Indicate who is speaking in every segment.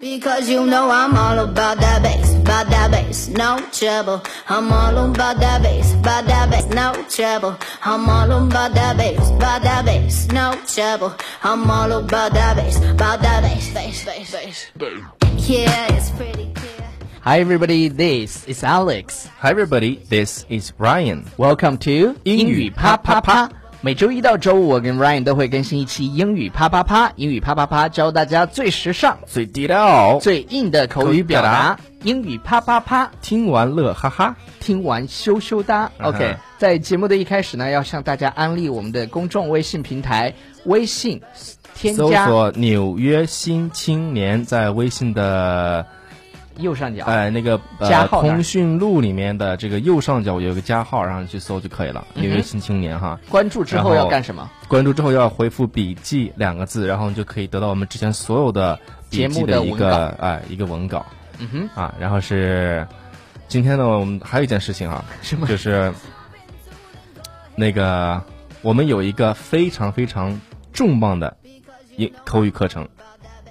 Speaker 1: Because you know I'm all about that bass, about that bass, no trouble. I'm all about that bass, about that bass, no trouble. I'm all about that bass, about that bass, no trouble. I'm all about that bass, about that bass, bass, bass, bass. Yeah, it's pretty clear.
Speaker 2: Hi everybody, this is Alex.
Speaker 3: Hi everybody, this is Ryan.
Speaker 2: Welcome to
Speaker 3: 英语啪啪啪。
Speaker 2: 每周一到周五，我跟 Ryan 都会更新一期英语啪啪啪。英语啪啪啪，教大家最时尚、
Speaker 3: 最地道，
Speaker 2: 最硬的口语表达。英语啪啪啪，
Speaker 3: 听完乐哈哈。
Speaker 2: 听完羞羞哒。
Speaker 3: 嗯哼
Speaker 2: OK，在节目的一开始呢，要向大家安利我们的公众微信平台，微信添
Speaker 3: 搜
Speaker 2: 加
Speaker 3: 索“纽约新青年”在微信的
Speaker 2: 右上角。
Speaker 3: 呃那个
Speaker 2: 加
Speaker 3: 呃
Speaker 2: 号那儿
Speaker 3: 通讯录里面的这个右上角有一个加号，然后你去搜就可以
Speaker 2: 嗯
Speaker 3: 了。纽约新青年哈，
Speaker 2: 关注之后
Speaker 3: 然
Speaker 2: 要
Speaker 3: 后
Speaker 2: 干什么？
Speaker 3: 关注之后要回复“笔记”两个字，然后你就可以得到我们之前所有的笔
Speaker 2: 节
Speaker 3: 记
Speaker 2: 目的
Speaker 3: 一
Speaker 2: 文
Speaker 3: 个哎、一个文稿
Speaker 2: 嗯哼，
Speaker 3: 啊。然后是今天呢，我们还有一件事情啊，
Speaker 2: 什么？
Speaker 3: 就是那个我们有一个非常非常重磅的英口语课程。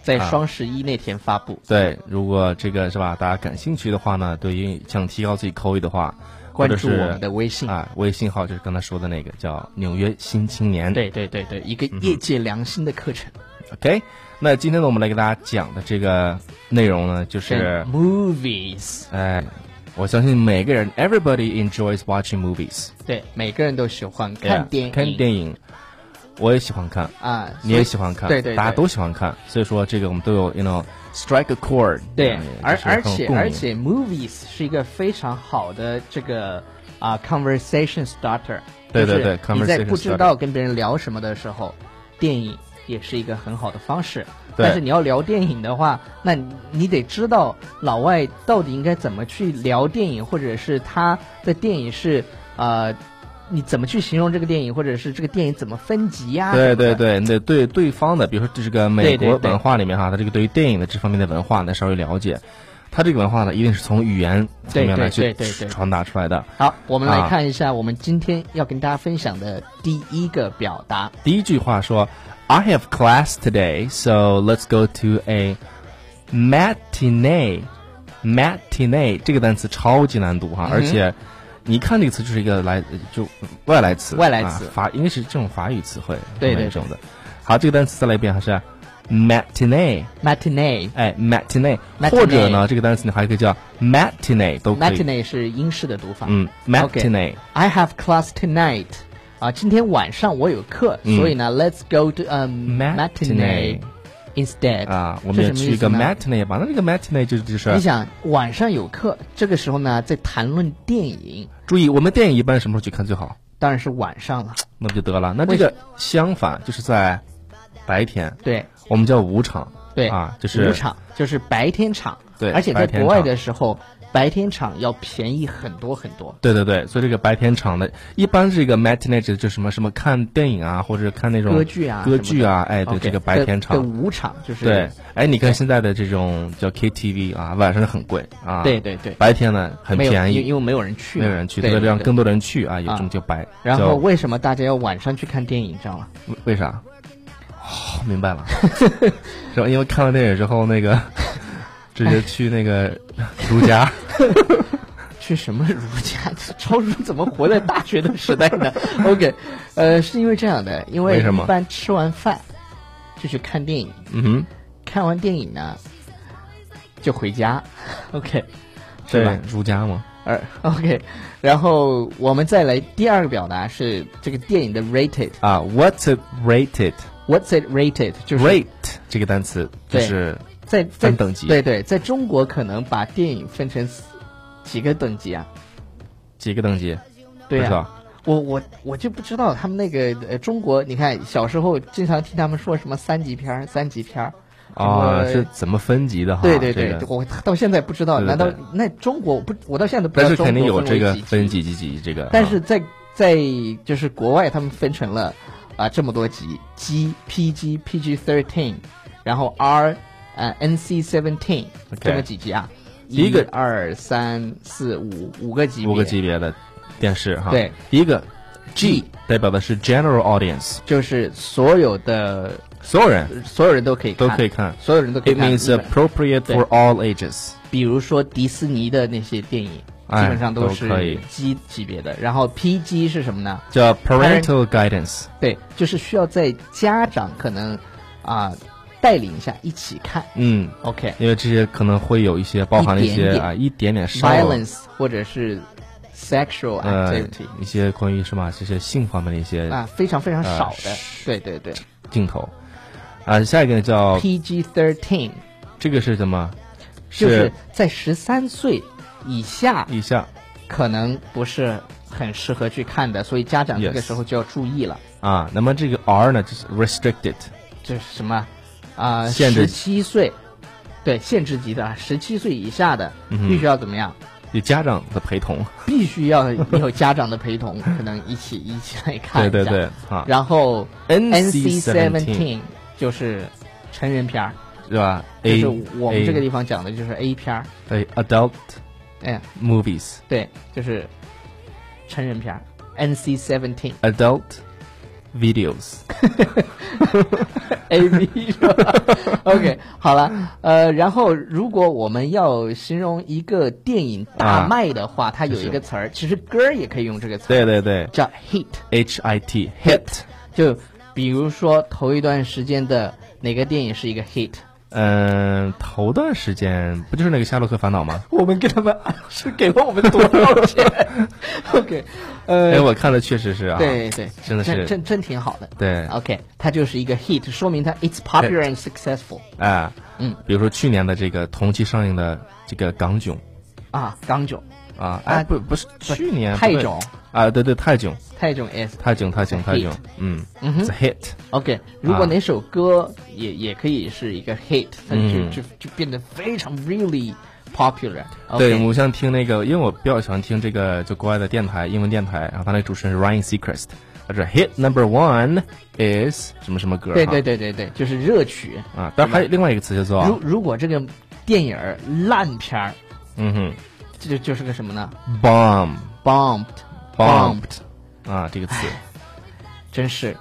Speaker 2: 在
Speaker 3: 啊
Speaker 2: 双十一那天发布。
Speaker 3: 对，如果这个是吧，大家感兴趣的话呢，对英语想提高自己口语的话，
Speaker 2: 关
Speaker 3: 或者
Speaker 2: 注
Speaker 3: 是
Speaker 2: 我们的微信。
Speaker 3: 啊，微信号就是刚才说的那个叫“纽约新青年”。
Speaker 2: 对对对对，一
Speaker 3: 嗯
Speaker 2: 个业界良心的课程，
Speaker 3: ，OK。那今天呢，我们来给大家讲的这个内容呢，就是
Speaker 2: 跟 movies。
Speaker 3: 哎，我相信每个人，everybody enjoys watching movies，
Speaker 2: 对，每个人都喜欢看电影，
Speaker 3: 啊看电影，我也喜欢看。
Speaker 2: 啊，所以
Speaker 3: 你也喜欢看，
Speaker 2: 对对，
Speaker 3: 大家
Speaker 2: 对
Speaker 3: 都喜欢看，所以说这个我们都有，you know strike a chord，
Speaker 2: 对
Speaker 3: 嗯，
Speaker 2: 而
Speaker 3: 就是很
Speaker 2: 而
Speaker 3: 有
Speaker 2: 且
Speaker 3: 共鸣
Speaker 2: 而且，movies 是一个非常好的这个啊 conversation starter。
Speaker 3: 对对对
Speaker 2: 你在
Speaker 3: conversation
Speaker 2: 不知道跟别人聊什么的时候，电影也是一个很好的方式。
Speaker 3: 对
Speaker 2: 但是你要聊电影的话，那你你得知道老外到底应该怎么去聊电影，或者是他的电影是呃，你怎么去形容这个电影，或者是这个电影怎么分级呀、什
Speaker 3: 对
Speaker 2: 么
Speaker 3: 对
Speaker 2: 的，
Speaker 3: 对，你得对对方的，比如说这个美
Speaker 2: 对对
Speaker 3: 国
Speaker 2: 对
Speaker 3: 文化里面哈，他这个对于电影的这方面的文化呢稍微了解，他这个文化呢一定是从语言层面来
Speaker 2: 对
Speaker 3: 去
Speaker 2: 对对对
Speaker 3: 传达出来的。
Speaker 2: 好，我们来
Speaker 3: 啊
Speaker 2: 看一下我们今天要跟大家分享的第一个表达。
Speaker 3: 第一句话说，I have class today, so let's go to a matinee。matinee 这个单词超级难
Speaker 2: 嗯
Speaker 3: 读哈，而且你一看这个词就是一个来就外来词，
Speaker 2: 外来词
Speaker 3: 啊、法应该是这种法语词汇，
Speaker 2: 对对对
Speaker 3: 这种的。好，这个单词再来一遍，还是啊 matinee，
Speaker 2: matinee
Speaker 3: 哎，matinee，
Speaker 2: Matinee
Speaker 3: 或者呢，这个单词你还可以叫 matinee 都可以。
Speaker 2: matinee 是英式的读法。
Speaker 3: 嗯
Speaker 2: OK
Speaker 3: ，matinee，
Speaker 2: I have class tonight. 啊，今天晚上我有课，所以呢，Let's go to a matinee
Speaker 3: 嗯 Matinee
Speaker 2: instead.
Speaker 3: 啊，我
Speaker 2: 这
Speaker 3: 们也
Speaker 2: 什么
Speaker 3: 去
Speaker 2: 意
Speaker 3: 一个
Speaker 2: 思呢
Speaker 3: matinee 吧。那这个 matinee 就是就是
Speaker 2: 你想晚上有课，这个时候呢，在谈论电影，
Speaker 3: 注意，我们电影一般什么时候去看最好？
Speaker 2: 当然是晚上了。
Speaker 3: 那不就得了？那这个相反就是在白天，
Speaker 2: 对
Speaker 3: 我们叫午场，
Speaker 2: 对
Speaker 3: 啊，就是
Speaker 2: 午场，就是白天场。
Speaker 3: 对
Speaker 2: 而且在
Speaker 3: 白天
Speaker 2: 国外
Speaker 3: 场
Speaker 2: 的时候，白天场要便宜很多很多。
Speaker 3: 对对对，所以这个白天场的，一般这个 matinee 指的就是什么什么看电影啊，或者看那种
Speaker 2: 歌剧啊
Speaker 3: 歌剧啊，哎，对
Speaker 2: OK，
Speaker 3: 这个白天
Speaker 2: 的的
Speaker 3: 场，
Speaker 2: 午场就是
Speaker 3: 对，哎，你看现在的这种叫 KTV 啊，晚上很贵啊，
Speaker 2: 对对对
Speaker 3: 白天呢很
Speaker 2: 没有，
Speaker 3: 便
Speaker 2: 因为
Speaker 3: 宜，
Speaker 2: 因为没有人去嘛，
Speaker 3: 没有人去，
Speaker 2: 对
Speaker 3: 为了
Speaker 2: 对
Speaker 3: 让
Speaker 2: 对
Speaker 3: 更多人去啊，有
Speaker 2: 啊
Speaker 3: 这种叫白，
Speaker 2: 然后
Speaker 3: 叫
Speaker 2: 为什么大家要晚上去看电影，知道吗？
Speaker 3: 为为啥？哦，明白了， 是吧？因为看了电影之后，那个直接去那个如家。
Speaker 2: 去什么儒家？ 超叔怎么活在大学的时代呢 ？OK，呃，是因为这样的，因为
Speaker 3: 为什
Speaker 2: 一
Speaker 3: 么
Speaker 2: 般吃完饭就去看电影，
Speaker 3: 嗯哼，
Speaker 2: 看完电影呢就回家，OK，是
Speaker 3: 对
Speaker 2: 吧？
Speaker 3: 儒家嘛，
Speaker 2: 而 OK，然后我们再来第二个表达是这个电影的 rated，What's
Speaker 3: 啊，what's it rated？rate
Speaker 2: it rated？就是
Speaker 3: 这个单词就
Speaker 2: 对
Speaker 3: 是
Speaker 2: 在在
Speaker 3: 分等级
Speaker 2: 对对，在中国可能把电影分成几个等级啊？
Speaker 3: 几个等级？
Speaker 2: 对
Speaker 3: 不
Speaker 2: 呀、
Speaker 3: 知道
Speaker 2: 我我我就不知道他们那个呃中国，你看小时候经常听他们说什么三级片儿、三级片儿，
Speaker 3: 啊，
Speaker 2: 什
Speaker 3: 是
Speaker 2: 么
Speaker 3: 怎么分级的哈？
Speaker 2: 对对
Speaker 3: 这
Speaker 2: 对，
Speaker 3: 个
Speaker 2: 我到现在不知道，
Speaker 3: 对对
Speaker 2: 难道
Speaker 3: 对
Speaker 2: 那中国我不我到现在都不知
Speaker 3: 但
Speaker 2: 道
Speaker 3: 是
Speaker 2: 中国
Speaker 3: 肯定有
Speaker 2: 分为
Speaker 3: 这个分
Speaker 2: 级，
Speaker 3: 级几级这个啊。
Speaker 2: 但是在在就是国外他们分成了啊、这么多级，G、PG、PG thirteen，然后 R 呃 NC seventeen 这么几级啊？
Speaker 3: 第一个
Speaker 2: 二三四五五个级别，
Speaker 3: 五个级别的电视哈。
Speaker 2: 对，嗯
Speaker 3: 第一个
Speaker 2: G
Speaker 3: G 代表的是 general audience，
Speaker 2: 就是所有的
Speaker 3: 所有人
Speaker 2: 所有人都可以看
Speaker 3: 都可以看。
Speaker 2: 所有人都可以
Speaker 3: It
Speaker 2: 看。
Speaker 3: means
Speaker 2: 一本
Speaker 3: appropriate for all ages。
Speaker 2: 比如说迪士尼的那些电影，
Speaker 3: 哎
Speaker 2: 基本上
Speaker 3: 都可以
Speaker 2: 是 G 级别的。然后 PG 是什么呢？
Speaker 3: 叫 parental guidance。
Speaker 2: 对，就是需要在家长可能啊、带领一下一起看。
Speaker 3: 嗯，
Speaker 2: OK，violence、
Speaker 3: 因为这些可能会有一些包含了一
Speaker 2: 一点
Speaker 3: 些
Speaker 2: 点
Speaker 3: 啊一点点骚扰
Speaker 2: Violence 或者是 sexual
Speaker 3: 呃
Speaker 2: activity、
Speaker 3: 一些关于什么啊这些性方面的一些
Speaker 2: 啊，非常非常少的。
Speaker 3: 呃
Speaker 2: 对对对
Speaker 3: 镜头。啊，下一个呢叫
Speaker 2: ，PG thirteen
Speaker 3: 这个是什嗯么？
Speaker 2: 就是在十三岁以下
Speaker 3: 以下
Speaker 2: 可能不是很适合去看的，所以家长这
Speaker 3: Yes
Speaker 2: 个时候就要注意了。
Speaker 3: 啊，那么这个 R 呢就是 restricted，
Speaker 2: 这是什么啊？
Speaker 3: 限制
Speaker 2: 十七岁，对，限制级的，十七岁以下的
Speaker 3: 嗯
Speaker 2: 必须要怎么样？
Speaker 3: 有家长的陪同。
Speaker 2: 必须要有家长的陪同，可能一起一起来看
Speaker 3: 对
Speaker 2: 一
Speaker 3: 对
Speaker 2: 下
Speaker 3: 对，啊，
Speaker 2: 然后
Speaker 3: NC
Speaker 2: seventeen 就是成人片儿，
Speaker 3: 对吧
Speaker 2: 就
Speaker 3: ？A
Speaker 2: 是我们这个地方讲的就是 A 片儿，
Speaker 3: 对 adult
Speaker 2: 哎，
Speaker 3: movies
Speaker 2: 对，就是成人片儿。NC seventeen
Speaker 3: adult videos
Speaker 2: A V 是吧 ？OK，好了，呃，然后如果我们要形容一个电影
Speaker 3: 啊
Speaker 2: 大卖的话，它有一个词儿，其实歌儿也可以用这个词儿，
Speaker 3: 对对对
Speaker 2: 叫 hit。
Speaker 3: ，H I T hit，
Speaker 2: 就比如说头一段时间的哪个电影是一个 hit，
Speaker 3: 嗯、头段时间不就是那个《夏洛克烦恼》吗？
Speaker 2: 我们给他们是给了我们多少钱 ？OK，
Speaker 3: 哎，
Speaker 2: 呃，
Speaker 3: 我看了确实是啊，
Speaker 2: 对对，
Speaker 3: 真的是
Speaker 2: 真真真挺好的。
Speaker 3: 对，
Speaker 2: OK，它就是一个 hit，说明它 it's popular and successful
Speaker 3: 哎，
Speaker 2: 嗯，
Speaker 3: 比如说去年的这个同期上映的这个《港囧》
Speaker 2: 啊，港囧、
Speaker 3: 啊，哎，
Speaker 2: 啊
Speaker 3: 不不是去年
Speaker 2: 泰
Speaker 3: 不对
Speaker 2: 囧
Speaker 3: 啊，对对泰囧，
Speaker 2: 泰囧 S。
Speaker 3: 泰囧，泰囧，
Speaker 2: It's a
Speaker 3: 泰
Speaker 2: hit
Speaker 3: 囧，嗯
Speaker 2: 嗯哼
Speaker 3: ，It's a hit，
Speaker 2: OK，如果
Speaker 3: 啊
Speaker 2: 哪首歌也、也可以是一个 hit，它就、
Speaker 3: 嗯
Speaker 2: 就就变得非常 really popular。
Speaker 3: 对，我像听那个，因为我比较喜欢听这个就国外的电台，英文电台，然后他那个主持人是 Ryan Seacrest，他说 Hit number one is 什么什么歌，
Speaker 2: 对
Speaker 3: 哈
Speaker 2: 对对对对，就是热曲。
Speaker 3: 啊，当然还有另外一个词叫
Speaker 2: 如
Speaker 3: 做，
Speaker 2: 如果这个电影儿烂片儿，
Speaker 3: 嗯
Speaker 2: 这就就是个什么呢
Speaker 3: 哼，bomb
Speaker 2: ？bombed 哎
Speaker 3: bombed 啊这个词
Speaker 2: 真是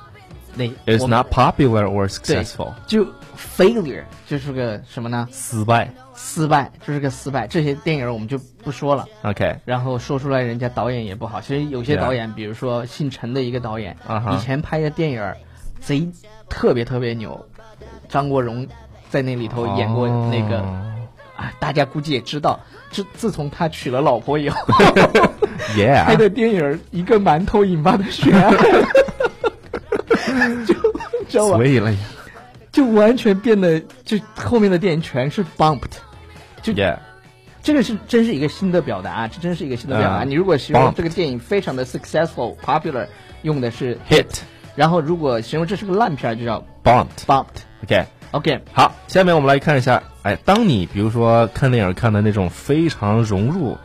Speaker 2: 那我
Speaker 3: is
Speaker 2: 们
Speaker 3: not popular or
Speaker 2: 对
Speaker 3: successful，
Speaker 2: 就 failure 就是个什么呢？
Speaker 3: 失败
Speaker 2: 失败，就是个失败。这些电影儿我们就不说了，
Speaker 3: ，OK，
Speaker 2: 然后说出来人家导演也不好。其实有些
Speaker 3: Yeah
Speaker 2: 导演，比如说姓陈的一个导演
Speaker 3: 啊哈
Speaker 2: 以前拍的电影儿贼特别特别牛，张国荣在那里头演过那个、
Speaker 3: 哦
Speaker 2: 啊，大家估计也知道，自自从他娶了老婆以后。 拍
Speaker 3: ，Yeah，
Speaker 2: 的电影儿一个馒头引发的血 案，就知道吧
Speaker 3: 所？以了
Speaker 2: 就完全变得，就后面的电影全是 bumped。就
Speaker 3: ，Yeah，
Speaker 2: 这个是真是一个新的表达，这真是一个新的表达。
Speaker 3: 嗯
Speaker 2: 你如果形容
Speaker 3: bumped
Speaker 2: 这个电影非常的 successful popular，用的是
Speaker 3: Hit
Speaker 2: 然后如果形容这是个烂片儿，就叫
Speaker 3: bombed，OK。
Speaker 2: bumped。OK，
Speaker 3: 好，下面我们来看一下，哎，当你比如说看电影看的那种非常融入，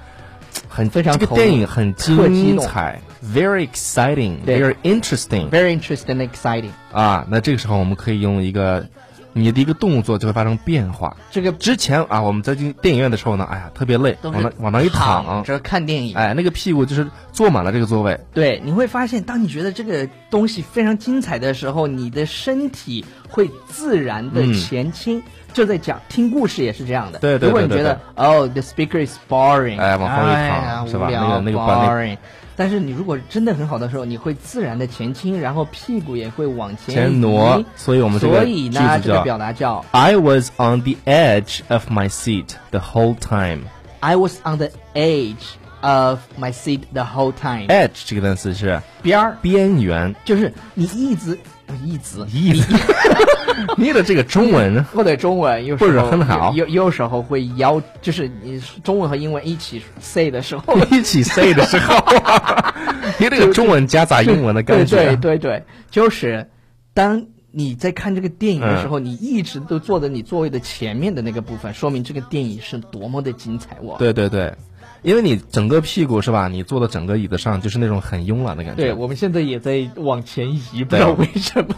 Speaker 3: 很
Speaker 2: 非常
Speaker 3: 这个
Speaker 2: 投入
Speaker 3: 电影很
Speaker 2: 特激
Speaker 3: 精
Speaker 2: 动
Speaker 3: 彩
Speaker 2: 对
Speaker 3: ，very exciting，very interesting
Speaker 2: very interesting and exciting。
Speaker 3: 啊，那这个时候我们可以用一个你的一个动作就会发生变化。
Speaker 2: 这个
Speaker 3: 之前啊，我们在进电影院的时候呢，哎呀，特别累，
Speaker 2: 都
Speaker 3: 往那
Speaker 2: 是
Speaker 3: 往那一
Speaker 2: 躺
Speaker 3: 躺，
Speaker 2: 着看电影，
Speaker 3: 哎，那个屁股就是坐满了这个座位，
Speaker 2: 对，你会发现，当你觉得这个东西非常精彩的时候，你的身体会自然的前倾。就在讲听故事也是这样的。
Speaker 3: 对对对
Speaker 2: 如果你觉得哦，the speaker is boring，
Speaker 3: 哎往后一躺
Speaker 2: 哎呀
Speaker 3: 是吧
Speaker 2: 无聊
Speaker 3: 那个那个把那
Speaker 2: boring。但是你如果真的很好的时候，你会自然的前倾，然后屁股也会往前
Speaker 3: 前挪
Speaker 2: 移
Speaker 3: 所以我们这个
Speaker 2: 所以呢，
Speaker 3: 句子
Speaker 2: 这
Speaker 3: 叫
Speaker 2: 个表达叫
Speaker 3: I was on the edge of my seat the whole time。
Speaker 2: I was on the edge of my seat the whole time。
Speaker 3: Edge 这个单词是
Speaker 2: 边儿
Speaker 3: 边缘，
Speaker 2: 就是你一直呃一直
Speaker 3: 意思。 你的这个中文
Speaker 2: 我的中文有时
Speaker 3: 不
Speaker 2: 候
Speaker 3: 是很好
Speaker 2: 有有有时候会要，就是你中文和英文一起 say 的时候，
Speaker 3: 一起 say 的时候， 你这个中文夹杂英文的感
Speaker 2: 对对
Speaker 3: 觉，
Speaker 2: 对对，就是当你在看这个电影的时
Speaker 3: 嗯
Speaker 2: 候，你一直都坐在你座位的前面的那个部分，说明这个电影是多么的精彩哇！
Speaker 3: 对对对，因为你整个屁股是吧？你坐到整个椅子上，就是那种很慵懒的感觉。
Speaker 2: 对，我们现在也在往前移，不知道为什 么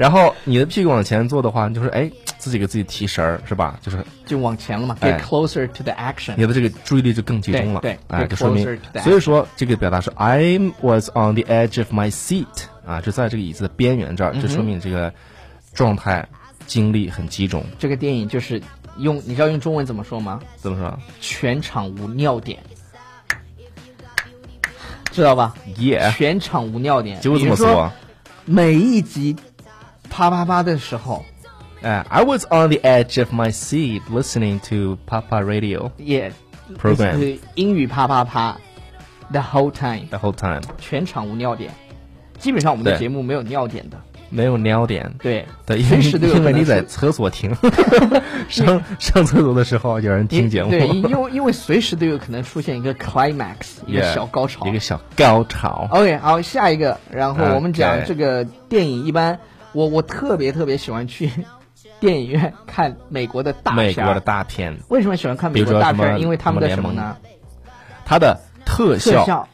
Speaker 3: 然后你的屁股往前坐的话，你就是哎，自己给自己提神儿是吧？就是
Speaker 2: 就往前了嘛，get
Speaker 3: 哎
Speaker 2: closer to the action。
Speaker 3: 你的这个注意力就更集中了。
Speaker 2: 对对
Speaker 3: 哎，
Speaker 2: get
Speaker 3: 就说明
Speaker 2: closer to the，
Speaker 3: 所以说这个表达是 I
Speaker 2: 嗯
Speaker 3: was on the edge of my seat 啊，就在这个椅子的边缘这儿，就说明你这个状态、精力很集中。
Speaker 2: 这个电影就是用你知道用中文怎么说吗？
Speaker 3: 怎么说
Speaker 2: 全场无尿点，知道吧？
Speaker 3: ？Yeah，
Speaker 2: 全场无尿点，
Speaker 3: 就
Speaker 2: 比
Speaker 3: 这么
Speaker 2: 如说
Speaker 3: 说。
Speaker 2: 每一集啪啪啪的时候，
Speaker 3: 哎、i was on the edge of my seat listening to Papa Radio
Speaker 2: 也
Speaker 3: Program
Speaker 2: 就是英语啪啪啪，the whole time，
Speaker 3: the whole time，
Speaker 2: 全场无尿点。基本上我们的
Speaker 3: 对
Speaker 2: 节目没有尿点的，
Speaker 3: 没有尿点。
Speaker 2: 对
Speaker 3: 对，因为
Speaker 2: 随时都有
Speaker 3: 因
Speaker 2: 可
Speaker 3: 为
Speaker 2: 能
Speaker 3: 你在
Speaker 2: 是
Speaker 3: 厕所听， 上上厕所的时候有人听节目，
Speaker 2: 对，因因为因为随时都有可能出现一个 climax，一个
Speaker 3: Yeah，
Speaker 2: 小高潮，
Speaker 3: 一个小高潮。
Speaker 2: OK，好，下一个，然
Speaker 3: 啊
Speaker 2: 后我们讲
Speaker 3: OK
Speaker 2: 这个电影，一般我我特别特别喜欢 去电影院看美国的大片儿。
Speaker 3: 美国的大片，
Speaker 2: 为什么喜欢看美
Speaker 3: 比如
Speaker 2: 国
Speaker 3: 说
Speaker 2: 大片
Speaker 3: 什
Speaker 2: 儿？
Speaker 3: 么
Speaker 2: 因为他们的什
Speaker 3: 什
Speaker 2: 么
Speaker 3: 么
Speaker 2: 呢？
Speaker 3: 它的特
Speaker 2: 特
Speaker 3: 效
Speaker 2: 效、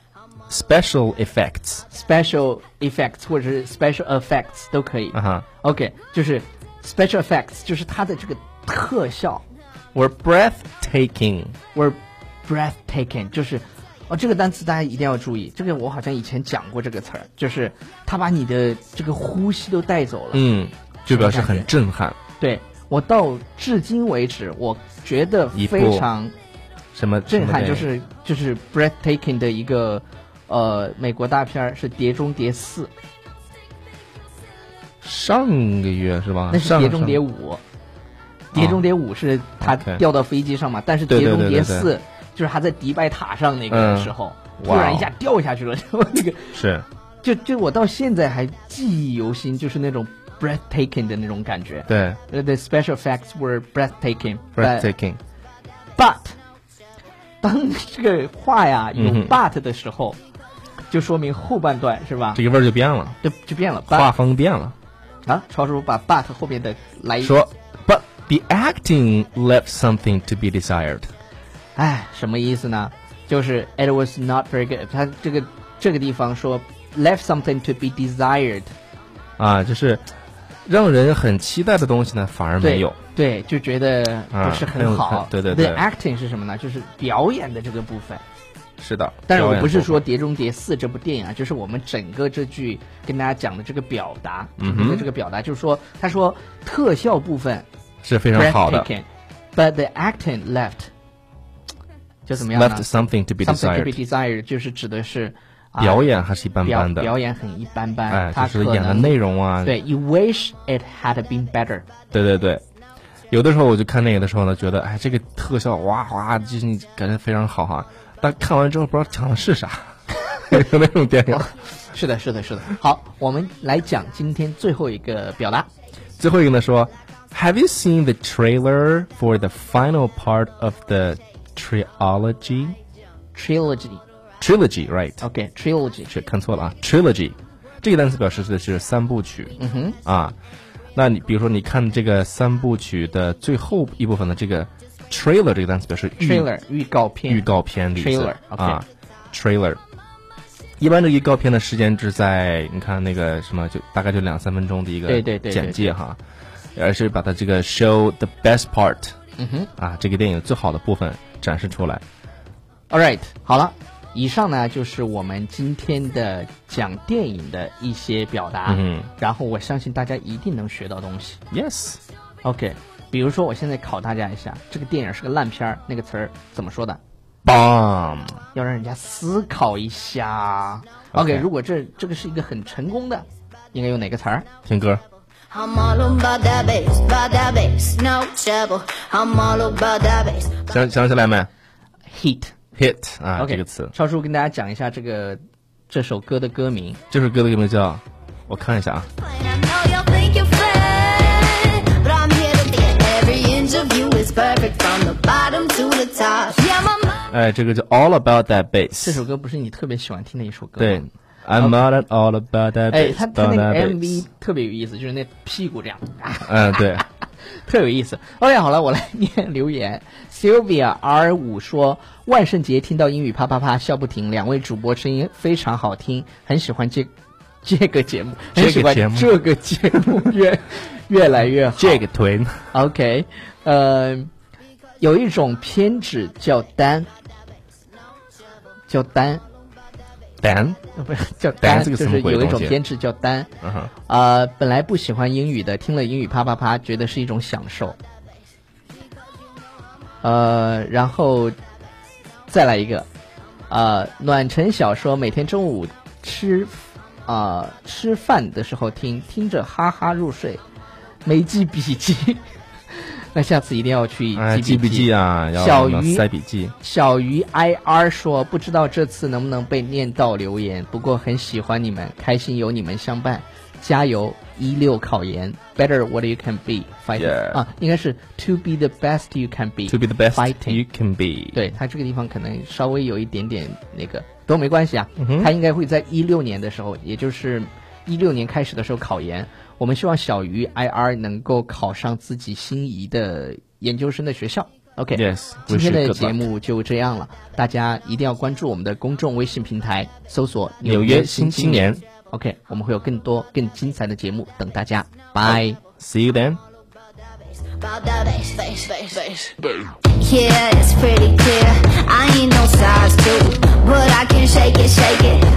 Speaker 3: special effects
Speaker 2: special effects 或者是 special effects 都可以。
Speaker 3: 啊哈
Speaker 2: OK，就是 special effects，就是它的这个特效
Speaker 3: were breathtaking。
Speaker 2: were breathtaking，就是哦，这个单词大家一定要注意。这个我好像以前讲过这个词儿，就是它把你的这个呼吸都带走了。
Speaker 3: 嗯，就表示很震撼。
Speaker 2: 对我到至今为止，我觉得
Speaker 3: 一部
Speaker 2: 非常
Speaker 3: 什么
Speaker 2: 震撼，
Speaker 3: 什么电影
Speaker 2: 就是就是 breathtaking 的一个呃美国大片儿是《碟中谍四》，
Speaker 3: 啊上个月是吧？
Speaker 2: 那是
Speaker 3: 上
Speaker 2: 《碟
Speaker 3: 个
Speaker 2: 中谍五》，《碟中谍五》是他
Speaker 3: OK
Speaker 2: 掉到飞机上嘛，但是《
Speaker 3: 对
Speaker 2: 碟
Speaker 3: 对
Speaker 2: 中谍
Speaker 3: 对对
Speaker 2: 四》就是他在迪拜塔上那个
Speaker 3: 嗯
Speaker 2: 时候，突
Speaker 3: 哇
Speaker 2: 然一
Speaker 3: 哦
Speaker 2: 下掉下去了，然后那个
Speaker 3: 是
Speaker 2: 就就我到现在还记忆犹新，就是那种 breathtaking 的那种感觉。
Speaker 3: 对
Speaker 2: The special effects were breathtaking, but
Speaker 3: breathtaking。
Speaker 2: but，当这个话呀有
Speaker 3: 嗯哼
Speaker 2: but 的时候，就说明后半段是吧？
Speaker 3: 这个味儿就变了，
Speaker 2: 就就变了
Speaker 3: 画
Speaker 2: but
Speaker 3: 风变了。
Speaker 2: 啊，超叔把 but 后面的来一个，
Speaker 3: 说，But the acting left something to be desired。
Speaker 2: 哎，什么意思呢？就是 it was not very good。他这个这个地方说 left something to be desired，
Speaker 3: 啊，就是让人很期待的东西呢，反而
Speaker 2: 对
Speaker 3: 没有。
Speaker 2: 对，就觉得不是
Speaker 3: 啊很有
Speaker 2: 好。
Speaker 3: 对对
Speaker 2: 对
Speaker 3: 对
Speaker 2: ，acting 是什么呢？就是表演的这个部分。
Speaker 3: 是的，
Speaker 2: 但是
Speaker 3: 表
Speaker 2: 我
Speaker 3: 演
Speaker 2: 不是
Speaker 3: 手法
Speaker 2: 说《碟中谍四》这部电影啊，就是我们整个这句跟大家讲的这个表达，
Speaker 3: 嗯哼
Speaker 2: 整个这个表达就是说，他说特效部分
Speaker 3: 是非常好的
Speaker 2: breathtaking，but the acting left 就怎么样呢
Speaker 3: ，left something to be
Speaker 2: something to be
Speaker 3: desired。
Speaker 2: desired 就是指的是、啊、
Speaker 3: 表演还是一般般
Speaker 2: 表
Speaker 3: 的，
Speaker 2: 表演很一般般，
Speaker 3: 哎，
Speaker 2: 他
Speaker 3: 就是
Speaker 2: 可
Speaker 3: 演的
Speaker 2: 能
Speaker 3: 内容啊，
Speaker 2: 对，you wish it had been better，
Speaker 3: 对对对，有的时候我就看那个的时候呢，觉得哎，这个特效哇哇，就是你感觉非常好哈，但看完之后不知道讲的是啥， 有那种电 影。
Speaker 2: 是的，是的，是的。好，我们来讲今天最后一个表达。
Speaker 3: 最后一个呢说，Have you seen the trailer for the final part of the trilogy?
Speaker 2: Trilogy，OK，Trilogy，、
Speaker 3: Trilogy, right？是看错了啊，trilogy 这个单词表示的是三部曲。嗯哼，啊，那你比如说你看这个三部曲的最后一部分的这个 trailer 这个单词表示预
Speaker 2: trailer 预告片，
Speaker 3: 预告片的意思
Speaker 2: Trailer，
Speaker 3: 啊，trailer。一般这个预告片的时间是在你看那个什么，就大概就两三分钟的一个
Speaker 2: 对对对对
Speaker 3: 简介哈，而是把它这个 show the best part，嗯
Speaker 2: 哼，
Speaker 3: 啊，这个电影最好的部分展示出来。
Speaker 2: All right，好了，以上呢就是我们今天的讲电影的一些表达，
Speaker 3: 嗯，
Speaker 2: 然后我相信大家一定能学到东西。
Speaker 3: Yes，
Speaker 2: OK，比如说我现在考大家一下，这个电影是个烂片儿，那个词儿怎么说的？
Speaker 3: bomb，
Speaker 2: 要让人家思考一下。
Speaker 3: OK
Speaker 2: 如果这这个是一个很成功的，应该用哪个词儿？
Speaker 3: 听歌。
Speaker 1: I'm all about that bass, about that bass, no trouble. I'm all about that bass.
Speaker 3: 想想起来没
Speaker 2: Heat。
Speaker 3: ？hit 啊
Speaker 2: OK，
Speaker 3: 这个词，
Speaker 2: 超叔跟大家讲一下这个这首歌的歌名。
Speaker 3: 这首歌的歌名叫，我看一下啊
Speaker 1: I know y'all think you're fine, but I'm here to be every inch of you is perfect from the bottom to the top. Yeah, my mind
Speaker 3: 哎，这个叫 All About That
Speaker 2: 这
Speaker 3: Bass。
Speaker 2: 首歌不是你特别喜欢听的一首歌吗？
Speaker 3: 对，I'm not at all about that
Speaker 2: 哎，
Speaker 3: bass。
Speaker 2: 他他那
Speaker 3: about
Speaker 2: 个
Speaker 3: that
Speaker 2: MV
Speaker 3: bass
Speaker 2: 特别有意思，就是那屁股这样，啊，
Speaker 3: 嗯，对。
Speaker 2: 特有意思。OK，好了，我来念留言。Sylvia R 五说，万圣节听到英语啪啪啪笑不停，两位主播声音非常好听，很喜欢这 这个节目，
Speaker 3: 这个
Speaker 2: 很喜欢
Speaker 3: 节目
Speaker 2: 这个节目 越越来越好。
Speaker 3: 这个屯
Speaker 2: OK，呃，有一种偏执叫单，叫单，
Speaker 3: Dan，
Speaker 2: 呃不是叫
Speaker 3: 单
Speaker 2: 单，
Speaker 3: 这
Speaker 2: 就
Speaker 3: 个什么
Speaker 2: 是
Speaker 3: 鬼
Speaker 2: 有一
Speaker 3: 东
Speaker 2: 种
Speaker 3: 西
Speaker 2: 编制叫单。
Speaker 3: 嗯哼，
Speaker 2: 呃，本来不喜欢英语的，听了英语啪啪啪，觉得是一种享受。呃，然后再来一个，呃，暖城小说每天中午吃，呃，吃饭的时候听，听着哈哈入睡，没记笔记。 那下次一定要去
Speaker 3: 哎，
Speaker 2: 记
Speaker 3: 记笔记
Speaker 2: 啊！
Speaker 3: 啊，要
Speaker 2: 小
Speaker 3: 什么
Speaker 2: 鱼
Speaker 3: 塞笔记。
Speaker 2: 小鱼 IR 说：“不知道这次能不能被念到留言，不过很喜欢你们，开心有你们相伴，加油！一六考研，Better what you can be fighting
Speaker 3: Yeah
Speaker 2: 啊，应该是 To be the best you can be
Speaker 3: To be the best
Speaker 2: fighting
Speaker 3: you can be。
Speaker 2: 对他这个地方可能稍微有一点点那个，都没关系啊。
Speaker 3: 嗯哼
Speaker 2: 他应该会在一六年的时候，也就是一六年开始的时候考研。我们希望小鱼 IR 能够考上自己心仪的研究生的学校。OK，
Speaker 3: Yes，
Speaker 2: 今
Speaker 3: wish
Speaker 2: 天
Speaker 3: you
Speaker 2: 的
Speaker 3: good
Speaker 2: 节
Speaker 3: luck
Speaker 2: 目就这样了，大家一定要关注我们的公众微信平台，搜索“
Speaker 3: 纽约
Speaker 2: 约
Speaker 3: 新青
Speaker 2: 青
Speaker 3: 年
Speaker 2: ”OK，我们会有更多更精彩的节目等大家，拜。
Speaker 3: See you then。
Speaker 1: About that bass, bass, bass, bass. Yeah, it's pretty clear. I ain't no size two, but I can shake it, shake it.